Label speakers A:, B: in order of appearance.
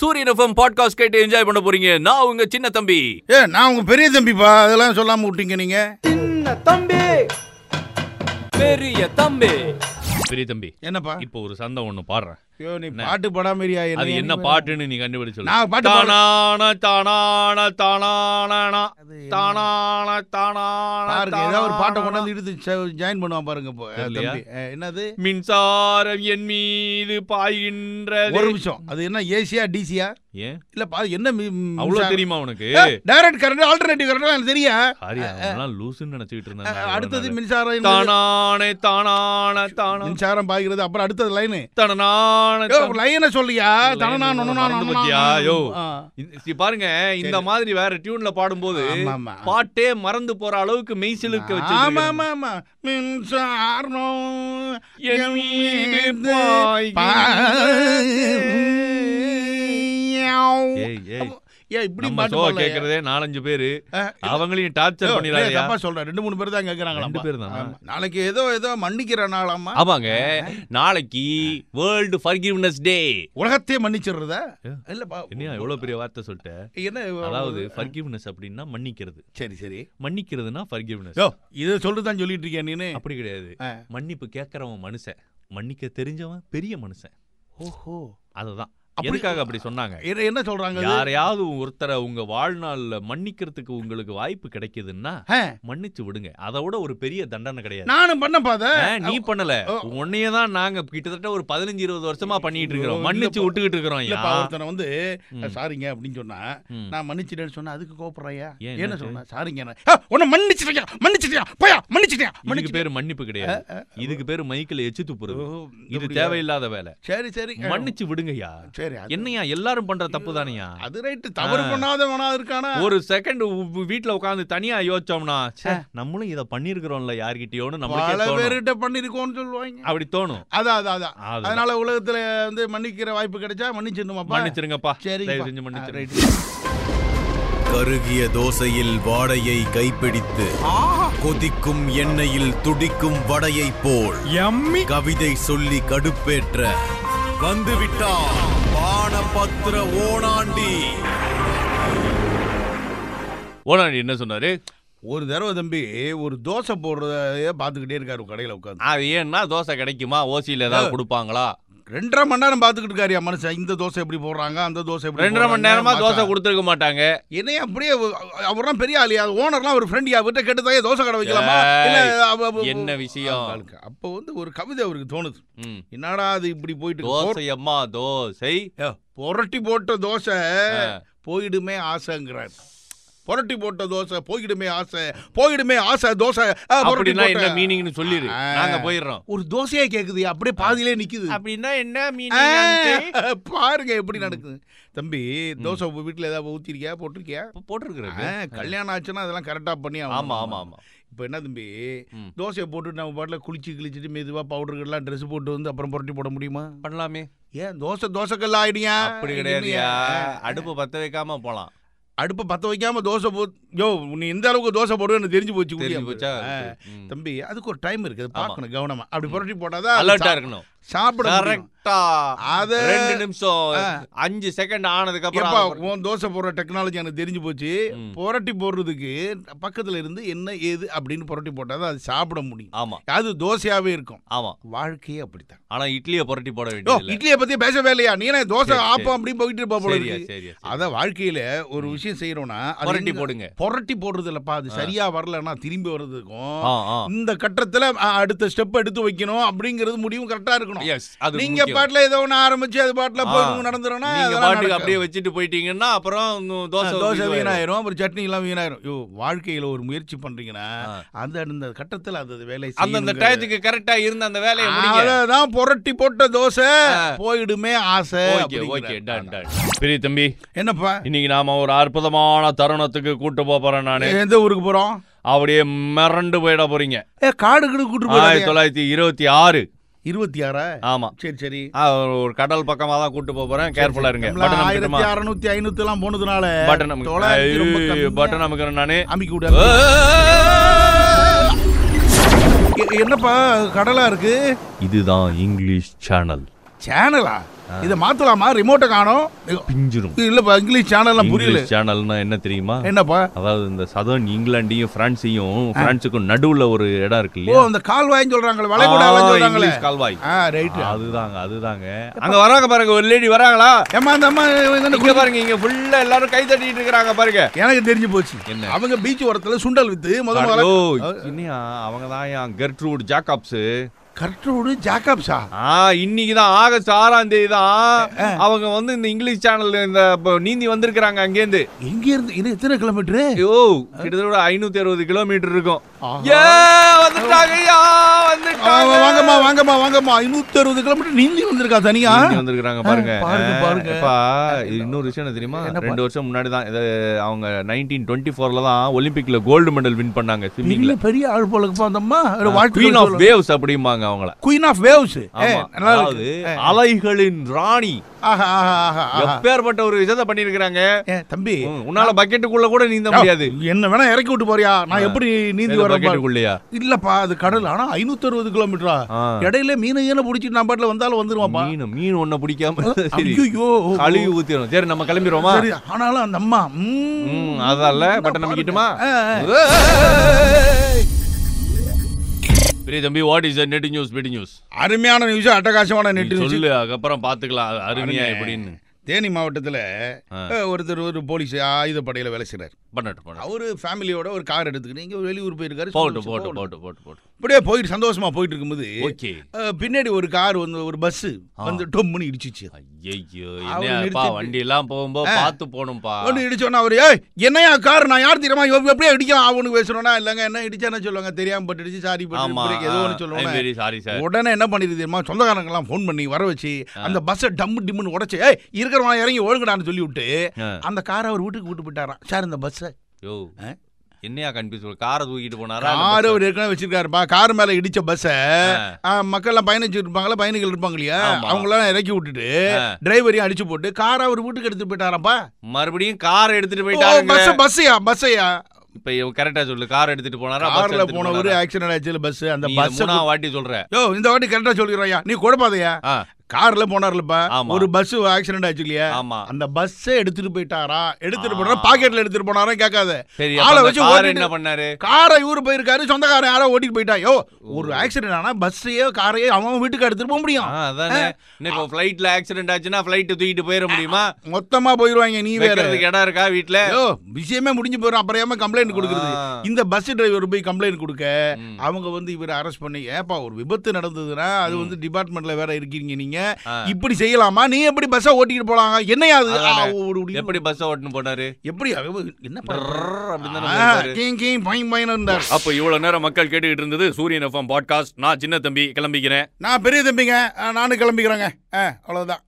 A: சூரியன் FM podcast கேட்டு enjoy பண்ண போறீங்க நான் உங்க சின்ன தம்பி
B: ஏ நான் உங்க பெரிய தம்பிப்பா அதெல்லாம் சொல்லாம விட்டீங்க நீங்க
C: சின்ன தம்பி பெரிய தம்பி
A: பெரிய தம்பி
B: என்னப்பா
A: இப்போ ஒரு சந்தம் ஒண்ணு பாடுறேன்
B: ஐயோ நீ பாட்டு படாமரியா
A: அது என்ன பாட்டுன்னு நீ கண்டுபிடிச்சு சொல்லு.
B: நான் பாட்டு பாடு-
A: தானான தானான தானான தானான தானான
B: பாருங்க ஏதாவது ஒரு பாட்டை கொண்டாந்து இழுத்து ஜாயின் பண்ணுவான் பாருங்க இப்போ அஹ்,
A: தெரியலையா?
B: தம்பி. அஹ், என்னது
A: மின்சாரம் என் மீது பாய்கின்றது
B: ஒரு நிமிஷம் அது என்ன ஏசியா டிசியா
A: ஏன்
B: இல்ல பா என்ன
A: அவ்வளவு தெரியுமா உனக்கு
B: டைரக்ட் கரண்ட் ஆல்டர்னேட்டிவ் கரண்ட் எனக்கு தெரியா
A: ஹாரியா அவன்லாம் லூசுன்னு நினைச்சிட்டு
B: அஹ்,
A: இருந்தான்
B: அடுத்தது மின்சாரம் என்னது?
A: தானானே தானான தானா
B: மின்சாரம் பாய்கிறது அப்புறம் அடுத்தது லைனு
A: தானான தானா-
B: லைனை சொல்லியா
A: line
B: தனனா
A: மறந்து
B: நொன்னா நொன்னா
A: போச்சியா? யோ.
B: ஆ.
A: இந்த- சி, பாருங்க இந்த மாதிரி வேற டியூன்ல பாடும்போது
B: ஆமா, ஆமா.
A: பாட்டே மறந்து போற அளவுக்கு மெய்சிலுக்க
B: ஆமா
A: வச்சு
B: ஆமா ஆமா மின்சாரம்
A: என் மீது பாய்கிறது. ஏய், ஏய்.
B: ஏ இப்படி
A: நம்ம
B: பாட்டு
A: ஷோ
B: பாடலையா?
A: கேக்குறதே நாலஞ்சு பேரு
B: அஹ்,
A: அவங்களையும் டார்ச்சர்
B: ஏய்,
A: பண்ணிடாதயா
B: தப்பா சொல்றேன் ரெண்டு மூணு பேர் தான் கேக்குறாங்களா
A: ரெண்டு பேர் தானா?
B: நாளைக்கு ஏதோ ஏதோ மன்னிக்கிற நாளாமா
A: ஆமாங்க நாளைக்கு வேர்ல்டு ஃபர்கிவ்னஸ் டே
B: உலகத்தையே மன்னிச்சிடுறதா
A: ஏ.
B: இல்லப்பா
A: என்னையா எவ்வளவு பெரிய வார்த்தை சொல்லிட்ட
B: என்ன
A: அதாவது ஃபர்கிவ்னஸ் அப்படின்னா மன்னிக்கிறது
B: சரி சரி
A: மன்னிக்கிறதுனா ஃபர்கிவ்னஸ்
B: யோ இது சொல்லிட்டுதான் சொல்லிட்டு இருக்கேன் நீனு
A: அப்படி கிடையாது
B: ஆ.
A: மன்னிப்பு கேட்கறவன் மனுஷன் மன்னிக்க தெரிஞ்சவன் பெரிய மனுஷன்
B: ஓஹோ
A: அதுதான்
B: அப்படி-
A: எதுக்காக அப்படி சொன்னாங்க
B: இது என்ன சொல்றாங்க இது?
A: யாரையாவது ஒருத்தரை உங்க வாழ்நாள்ல மன்னிக்கிறதுக்கு உங்களுக்கு வாய்ப்பு கிடைக்குதுன்னா
B: ஆ,
A: மன்னிச்சு விடுங்க அதை விட ஒரு பெரிய தண்டனை கிடையாது
B: நானும் பண்ணப்பா அத
A: ஆ, நீ பண்ணல
B: ஓ.
A: உன்னையே தான் நாங்க கிட்டத்தட்ட ஒரு பதினஞ்சு இருபது வருஷமா பண்ணிட்டு இருக்கிறோம்
B: ஐயோ,
A: மன்னிச்சு
B: இல்லப்பா.
A: விட்டுக்கிட்டு இருக்கிறோம்
B: இல்லப்பா
A: ஐயா.
B: ஒருத்தனை வந்து
A: ம்,
B: சாரிங்க அப்படின்னு சொன்னா
A: ம்.
B: நான் மன்னிச்சிட்டேன்னு சொன்னா அதுக்கு கோபப்படுறையா
A: ஏன்
B: என்ன
A: என்னாச்சு?
B: சொன்னா சாரிங்க உன்னை மன்னிச்சிட்டியா மன்னிச்சிட்டியா போயா மன்னிச்சிட்டியா
A: இதுக்கு
B: மன்னிச்சு
A: பேரு மன்னிப்பு கிடையாது இதுக்கு பேரு மைக்கில் எச்சு துப்புறது
B: ஓஹோ,
A: இது
B: அப்படியா?
A: தேவையில்லாத வேலை
B: சரி சரி
A: மன்னிச்சு விடுங்கய்யா
B: சரி அது-
A: என்னையா எல்லாரும் பண்ற தப்பு தானையா
B: அது ரைட்டு தவறு
A: ஆ.
B: பண்ணாதவனா இருக்கானா
A: ஒரு செகண்ட் வீட்ல உட்காந்து தனியா யோசிச்சோம்னா ச்சே, நம்மளும் இத பண்ணிருக்கிறோம்ல யார்கிட்டயோன்னு
B: பல
A: நம்மளுக்கே தோணும்
B: பேர்கிட்ட பண்ணிருக்கோம்னு சொல்லுவாங்க
A: அப்படி தோணும்
B: அதான் அதான் அதான்
A: அதுதான்.
B: அதனால உலகத்துல வந்து மன்னிக்கிற வாய்ப்பு கிடைச்சா மன்னிச்சிடணுமாப்பா
A: மன்னிச்சிருங்கப்பா
B: சரிங்கப்பா.
A: தயவு செஞ்சு
B: ஆ,
A: மன்னிச்சிருங்க
B: ரைட்.
D: கருகிய தோசையில் வாடையை கைப்பிடித்து கொதிக்கும் எண்ணெயில் துடிக்கும் வடையைப் போல் எம்மி கவிதை சொல்லி கடுப்பேற்ற வந்துவிட்டான் பானபத்திர ஓணாண்டி
A: ஓனாண்டி என்ன சொன்னாரு
B: ஒரு தடவை தம்பி ஒரு தோசை போடுறதையே பார்த்துக்கிட்டே இருக்காரு கடையில உட்காந்து
A: அது ஏன்னா தோசை கிடைக்குமா ஓசியில ஏதாவது கொடுப்பாங்களா
B: ரெண்டரை மணி நேரம் பார்த்துக்கிட்டு இருக்காரு மனுஷன் இந்த தோசை எப்படி போடுறாங்க அந்த தோசை எப்படி
A: ரெண்டரை மணி
B: போடுறாங்க,
A: நேரமா தோசை
B: மசாலா.
A: கொடுத்துருக்க மாட்டாங்க
B: என்னைய அப்படியே அவ- அவர்லாம் பெரிய ஆளியா ஓனர்லாம் ஒரு ஃப்ரெண்ட் அவர்கிட்ட கேட்டு தான் தோசை கடை வைக்கலாமா
A: ஏய்,
B: இல்ல, அவ- அவ-
A: என்ன விஷயம்?
B: ஆளுக்கு. அப்போ வந்து ஒரு கவிதை அவருக்கு தோணுது
A: ம்.
B: என்னடா அது இப்படி போயிட்டு இருக்கு?
A: தோசை அம்மா தோசை
B: புரட்டி போட்ட தோசை
A: ஆ.
B: போயிடுமே ஆசைங்கிறார் புரட்டி போட்ட தோசை போயிடுமே ஆசை போயிடுமே ஆசை தோசை ஆ, புரட்டி
A: அப்படின்னா
B: போட்ட-
A: என்ன மீனிங்னு சொல்லிடு
B: ஆ.
A: நாங்க போயிடுறோம்
B: ஒரு தோசையா கேக்குது அப்படியே பாதியிலே நிக்குது
A: அப்படின்னா என்ன
B: ஆ, பாருங்க எப்படி நடக்குது தம்பி தோசை உங்க வீட்டுல ஏதாவது ஊத்திருக்கியா போட்டிருக்கியா ஆ,
A: போட்டிருக்கிறது
B: கல்யாணம் ஆச்சுன்னா அதெல்லாம் கரெக்டா பண்ணி ஆகணும்.
A: ஆமா ஆமா ஆமா
B: இப்போ என்ன தம்பி
A: ம்.
B: தோசையை போட்டுட்டு நம்ம பாட்டில் குளிச்சு கிழிச்சிட்டு மெதுவா பவுடர்கள்லாம் ட்ரெஸ் போட்டு வந்து அப்புறம் புரட்டி போட முடியுமா
A: பண்ணலாமே
B: ஏன் தோசை தோசைக்கல்ல ஆயிடுயா
A: அப்படி கிடையாதுயா
B: என்னையா?
A: அடுப்பு பத்த வைக்காம போலாம்
B: அடுப்பை பற்ற வைக்காம தோசை போ யோ நீ இந்த அளவுக்கு தோசை போடுவேன்னு தெரிஞ்சு போச்சு
A: தெரிஞ்சு
B: குட்டியா.
A: போச்சா
B: ஆ,
A: ம்.
B: தம்பி அதுக்கு ஒரு டைம் இருக்கு அது
A: ஆமா.
B: பார்க்கணும் கவனமா அப்படி புரட்டி போட்டாதான் அது
A: அலர்ட்டா
B: சா-
A: இருக்கணும்
B: சாப்பிட முடியும்.
A: கரெக்டா
B: அது-
A: ரெண்டு நிமிஷம்
B: ஆ.
A: அஞ்சு செகண்ட் ஆனதுக்கு அப்புறம்
B: ஏப்பா
A: அதை போடு.
B: உன் தோசை போடுற டெக்னாலஜி எனக்கு தெரிஞ்சு போச்சு
A: ம்.
B: புரட்டி போடுறதுக்கு பக்கத்துல இருந்து என்ன ஏது அப்படின்னு புரட்டி போட்டாதான் அது சாப்பிட முடியும்
A: ஆமா
B: அது தோசையாவே இருக்கும்
A: ஆமா
B: வாழ்க்கையே அப்படித்தான்
A: ஆனா இட்லியை புரட்டி போட
B: யோ
A: வேண்டியது
B: இட்லியை பத்தி பேசவே இல்லையா நீ என்ன தோசை
A: சரி, சரி.
B: ஆப்பம் அப்படின்னு போயிட்டு இருப்பா போல
A: சரியா
B: இருக்கு.
A: சரியா சரி.
B: அதான் வாழ்க்கையில ஒரு விஷயம் செய்யறோம்னா அது
A: புரட்டி
B: எங்க-
A: போடுங்க
B: புரட்டி போடுறது இல்லப்பா அது சரியா வரலன்னா திரும்பி வர்றதுக்கும்
A: ஆ ஆ
B: இந்த கட்டத்துல அ, அடுத்த ஸ்டெப் எடுத்து வைக்கணும் அப்படிங்கிறது முடிவு கரெக்டா இருக்கணும்
A: எஸ் அது
B: நீங்க
A: முக்கியம்.
B: பாட்டுல ஏதோ ஒண்ணு ஆரம்பிச்சு அது பாட்டுல போய்
A: ஆ.
B: நடந்துறோம்னா
A: நீங்க பாட்டுக்கு அப்படியே வச்சுட்டு போயிட்டீங்கன்னா அப்புறம் உங்க தோசை
B: தோசை
A: வீணாயிரும்.
B: வீணாயிரும் அப்புறம் சட்னி எல்லாம் வீணாயிரும் ஐயோ வாழ்க்கையில ஒரு முயற்சி பண்றீங்கன்னா
A: ஆ.
B: அந்த அந்த கட்டத்துல அந்த அது வேலை
A: அந்தந்த
B: செய்யணுங்கிற-
A: டயத்துக்கு கரெக்டா இருந்த அந்த வேலையை முடிங்க
B: அதான் புரட்டி போட்ட தோசை
A: ஆ.
B: போயிடுமே ஆசை
A: ஓகே
B: அப்படிங்கிற-
A: ஓகே டன் டன் பெரிய தம்பி
B: என்னப்பா
A: இன்னைக்கு நாம ஒரு அற்புதமான தருணத்துக்கு கூட்டு போப் போறேன் நானு
B: எந்த ஊருக்கு போறோம்
A: அப்படியே மிரண்டு போயிட போறீங்க
B: ஏ காடு கீடு கூட்டு
A: ஆயிரத்தி
B: போறாங்க
A: தொள்ளாயிரத்தி இருபத்தி ஆறு
B: இருபத்தி ஆறா
A: ஆமா
B: சரி சரி
A: ஆ, ஒரு- ஒரு கடல் பக்கமா தான் கூட்டு போப் போறேன் கேர்ஃபுல்லா இருங்க
B: நம்மள
A: பட்டன் அமுக்கிட்டுமா
B: ஆயிரத்தி அறுநூத்தி ஐநூத்தி எல்லாம் போனதுனால
A: பட்டன் அமுக்கு
B: தொள்ளாயிரத்தி ரொம்ப
A: ஐயோ,
B: கம்மியா
A: பட்டன் அமுக்கிறேன் நானு
B: அமுக்கி விடாது எ- என்னப்பா கடலா இருக்கு
A: இதுதான் இங்கிலீஷ் சேனல்
B: சேனலா இதை மாத்தலாமா ரிமோட்டை காணோம்
A: பிஞ்சிரும்
B: இல்லப்பா இங்கிலீஷ் சேனல்லாம் புரியல
A: இங்கிலீஷ் சேனல்னா என்ன தெரியுமா
B: என்னப்பா
A: அதாவது இந்த சதர்ன் இங்கிலாண்டையும் பிரான்ஸையும் பிரான்ஸுக்கும் நடுவுல ஒரு இடம் இருக்கு
B: ஓ
A: இல்லையா
B: அந்த கால்வாயின்னு சொல்றாங்களே வளைகுடாவான்னு
A: ஆ,
B: சொல்றாங்களே
A: இங்கிலீஷ் கால்வாய்
B: ஆ ரைட்
A: அதுதாங்க அதுதாங்க அங்க வராங்க பாருங்க ஒரு லேடி வராங்களா
B: ஏமா அந்த அம்மா இவங்க என்ன
A: இங்க பாருங்க இங்க ஃபுல்லா எல்லாரும் கை தட்டிட்டு இருக்காங்க பாருங்க
B: கு- எனக்கு தெரிஞ்சு போச்சு
A: என்ன?
B: அவங்க பீச் ஓரத்துல சுண்டல் வித்து முத முதல்ல
A: ஓ இன்னியா அவங்க தான் கெர்ட்ரூட் ஜாக்கப்ஸ்
B: கர்ட்ரூடு ஜாக்கப்ஸா
A: ஆ இன்னைக்கு தான் ஆகஸ்ட் ஆறாம் தேதி தான் அவங்க வந்து இந்த இங்கிலீஷ் சேனல்ல இந்த ப- நீந்தி வந்திருக்கிறாங்க அங்கேருந்து
B: எங்க இருந்து இது எத்தனை கிலோமீட்டர்
A: ஐயோ கிட்டத்தட்ட ஐநூத்தி அறுபது கிலோமீட்டர் இருக்கும்
B: ஆஹா.
A: ஏ வந்துட்டாங்க ஐயா வந்துட்டாங்க
B: வாங்கம்மா வாங்கம்மா வாங்கம்மா 260 அறுபது கிலோமீட்டர் நீந்தி வந்திருக்கா தனியா
A: நீந்தி வந்திருக்கிறாங்க பாருங்க
B: பாருங்க,
A: ஆ,
B: பாருங்க.
A: எப்பா, இது இன்னொரு விஷயம் என்ன தெரியுமா ரெண்டு வருஷம் முன்னாடி தான் இது அவங்க நைன்டீன் டுவெண்ட்டி ஃபோர்ல தான் ஒலிம்பிக்ல கோல்டு மெடல் வின் பண்ணாங்க
B: பெரிய
A: ஸ்விம்மிங்ல
B: பெரிய ஆள் போல இருக்கு அந்தம்மா ஒரு வாழ்க்கை
A: குயின் ஆஃப் வேவ்ஸ் அப்படிம்பாங்க அவங்கள
B: குயின் ஆஃப் வேவ்ஸ்
A: ஆமா,
B: நல்லா
A: அதாவது
B: இருக்கு ஏ,
A: அலைகளின் ராணி
B: ஆஹா ஆஹா ஆஹா ஆஹா
A: எப்பேற்பட்ட ஒரு விஷயத்தை பண்ணிருக்கிறாங்க
B: ஏ, தம்பி
A: உன்னால பக்கெட்டுக்குள்ள கூட நீந்த முடியாது
B: என்ன வேணா இறக்கி விட்டு போறியா நான் எப்படி நீந்தி வரேன்
A: பக்கெட்டுக்குள்ளயா
B: இல்லப்பா அது கடல் ஆனா 560 அறுபது கிலோமீட்டரா
A: ஆ.
B: இடையில மீனை ஈன புடிச்சிட்டு நான் பாட்டுல வந்தாலும் வந்துருவாப்பா
A: மீன் மீன் ஒன்ன பிடிக்காம சரி
B: ஐயோ
A: கழுவி ஊத்திரும் சரி நம்ம கிளம்பிடுவோமா
B: சரி ஆனாலும் அந்த அம்மா ம்,
A: ம், அதால பட்டன் நம்பிக்கிட்டுமா
B: ஆ, ஆ.
A: பெரிய தம்பி வாட் இஸ் நெட் நியூஸ் பிடி நியூஸ்
B: அருமையான நியூஸ் அட்டகாசமான நெட் நியூஸ்
A: சொல்லு அதுக்கப்புறம் பாத்துக்கலாம் அது அருமையா எப்படின்னு
B: தேனி மாவட்டத்துல
A: ஆ.
B: அஹ், ஒருத்தர் ஒரு போலீஸ் ஆயுதப்படையில வேலை செய்றாரு
A: பண்ணட்டும் பண்ணட்டும்
B: அவரு ஃபேமிலியோட ஒரு கார் எடுத்துக்கிட்டு இங்க வெளியூர் போயிருக்காரு
A: போட்டு
B: சந்தோஷமா
A: போட்டு
B: போகணும்.
A: போட்டு போட்டு போட்டு
B: இப்படியே போயிட்டு சந்தோஷமா போயிட்டு இருக்கும்போது
A: ஓகே
B: அஹ், பின்னாடி ஒரு கார் வந்து ஒரு பஸ் வந்து டொம்முன்னு இடிச்சிச்சு
A: ஐயோ
B: அவரு
A: என்னப்பா
B: நிறுத்திட்டு-
A: வண்டி எல்லாம் போகும்போது பார்த்து போகணும்பா
B: ஒன்று இடிச்சோன்னா அவர் ஏய் என்னையா கார் நான் யார் தெரியுமா இவன் எப்படியா இடிக்கலாம் அவனுக்கு பேசணும்னா இல்லைங்க என்ன இடிச்சானே சொல்லுவாங்க தெரியாம பட்டு இடிச்சு சாரி
A: ஆமா
B: பட்டு ஏதோ ஒன்று சொல்லுவாங்க
A: வெரி சாரி சார்
B: உடனே என்ன பண்ணிடுது தெரியுமா சொந்தக்காரங்கெல்லாம் ஃபோன் பண்ணி வர வச்சு அந்த பஸ்ஸை டம்மு டிம்முன்னு உடச்சி ஏய் இருக்கிறவன் இறங்கி ஒழுங்கடான்னு சொல்லி விட்டு
A: ஆ.
B: அந்த காரை அவர் வீட்டுக்கு விட்டு போயிட்டாராம் சார் இந்த பஸ்ஸை
A: யோ
B: ஆ?
A: என்னையா கன்ஃபியூஸ் காரை தூக்கிட்டு போனாரா இல்ல
B: கார்
A: bus
B: அவர் ஏற்கனவே வச்சிருக்காருப்பா கார் மேல இடிச்ச பஸ்ஸை
A: ஆ?
B: மக்கள்லாம் பயணிச்சு இருப்பாங்களா பயணிகள் இருப்பாங்க இல்லையா
A: ஆமா.
B: அவங்களாம் இறக்கி விட்டுட்டு
A: ஆ.
B: டிரைவரையும் அடிச்சு போட்டு காரை அவர் வீட்டுக்கு எடுத்துட்டு போயிட்டாராம்ப்பா
A: மறுபடியும் கார் எடுத்துட்டு
B: பஸ்
A: போயிட்டாரு
B: பஸ்ஸையா பஸ்ஸையா
A: இப்ப கரெக்டா சொல்லு கார் எடுத்துட்டு போனாரா bus
B: கார்ல
A: எடுத்துட்டு
B: போனவரு
A: போனாரா?
B: ஆக்சிடென்ட் ஆச்சு பஸ் அந்த
A: நீ இத
B: பஸ்
A: மூணாவது வாட்டி சொல்ற
B: யோ இந்த வாட்டி கரெக்டா சொல்லிடுறயா நீ கொடுப்பாதையா
A: ஆ,
B: கார்ல போனார்லப்பா
A: ஆமா.
B: ஒரு பஸ் ஆக்சிடென்ட் ஆச்சு இல்லையா
A: ஆமா
B: அந்த பஸ்ஸ எடுத்துட்டு போயிட்டாரா எடுத்துட்டு
A: ஆ.
B: போனா பாக்கெட்ல எடுத்துட்டு போனாரா கேட்காத
A: சரி
B: ஆளை
A: அப்ப அந்த
B: வச்சு
A: கார்
B: ஓட்டிட்டு-
A: என்ன பண்ணாரு
B: காரை இவரு போயிருக்காரு சொந்தக்காரன் யாரோ ஓட்டிட்டு போயிட்டா யோ ஒரு ஆக்சிடென்ட் ஆனா பஸ்ஸையோ காரையோ அவன் அவன் வீட்டுக்கு எடுத்துட்டு போக
A: ஆ,
B: முடியும்
A: அதானே இன்னும் இப்போ பிளைட்ல ஆக்சிடென்ட் ஆச்சுன்னா பிளைட் தூக்கிட்டு போயிட முடியுமா
B: மொத்தமா போயிருவாங்க நீ வேற
A: வைக்கிறதுக்கு இடம் இருக்கா வீட்ல
B: யோ விஷயமே முடிஞ்சு போயிடும் அப்புறம் ஏமா கம்ப்ளைண்ட் கொடுக்குறது
A: ஆ.
B: இந்த பஸ் டிரைவர் போய் கம்ப்ளைண்ட் கொடுக்க
A: ம்.
B: அவங்க வந்து இவரை அரெஸ்ட் பண்ணி ஏப்பா ஒரு விபத்து நடந்ததுன்னா அது வந்து டிபார்ட்மெண்ட்ல வேற இருக்கீங்க நீங்க
A: ஆ.
B: இப்படி செய்யலாமா நீ எப்படி பஸ்ஸை ஓட்டிட்டு போலாங்க என்னையா அது ஆ,
A: அதானே.
B: ஒரு உடி-
A: எப்படி பஸ் ஓட்டுன்னு போனாரு
B: எப்படி அவ- என்னப்பா
A: ப்ரர் அப்படின்னு தானே
B: ஆ,
A: போயிருப்பாரு.
B: கீங் கீங் பைங் பைன்னு இருந்தார்
C: அப்போ இவ்வளவு நேரம் மக்கள் கேட்டுக்கிட்டு இருந்தது சூரியன் எஃப்எம் பாட்காஸ்ட் நான் சின்ன தம்பி கிளம்பிக்கிறேன்
B: நான் பெரிய தம்பிங்க ஆ, நானும் கிளம்பிக்கிறேங்க ஆ, அவ்வளவுதான்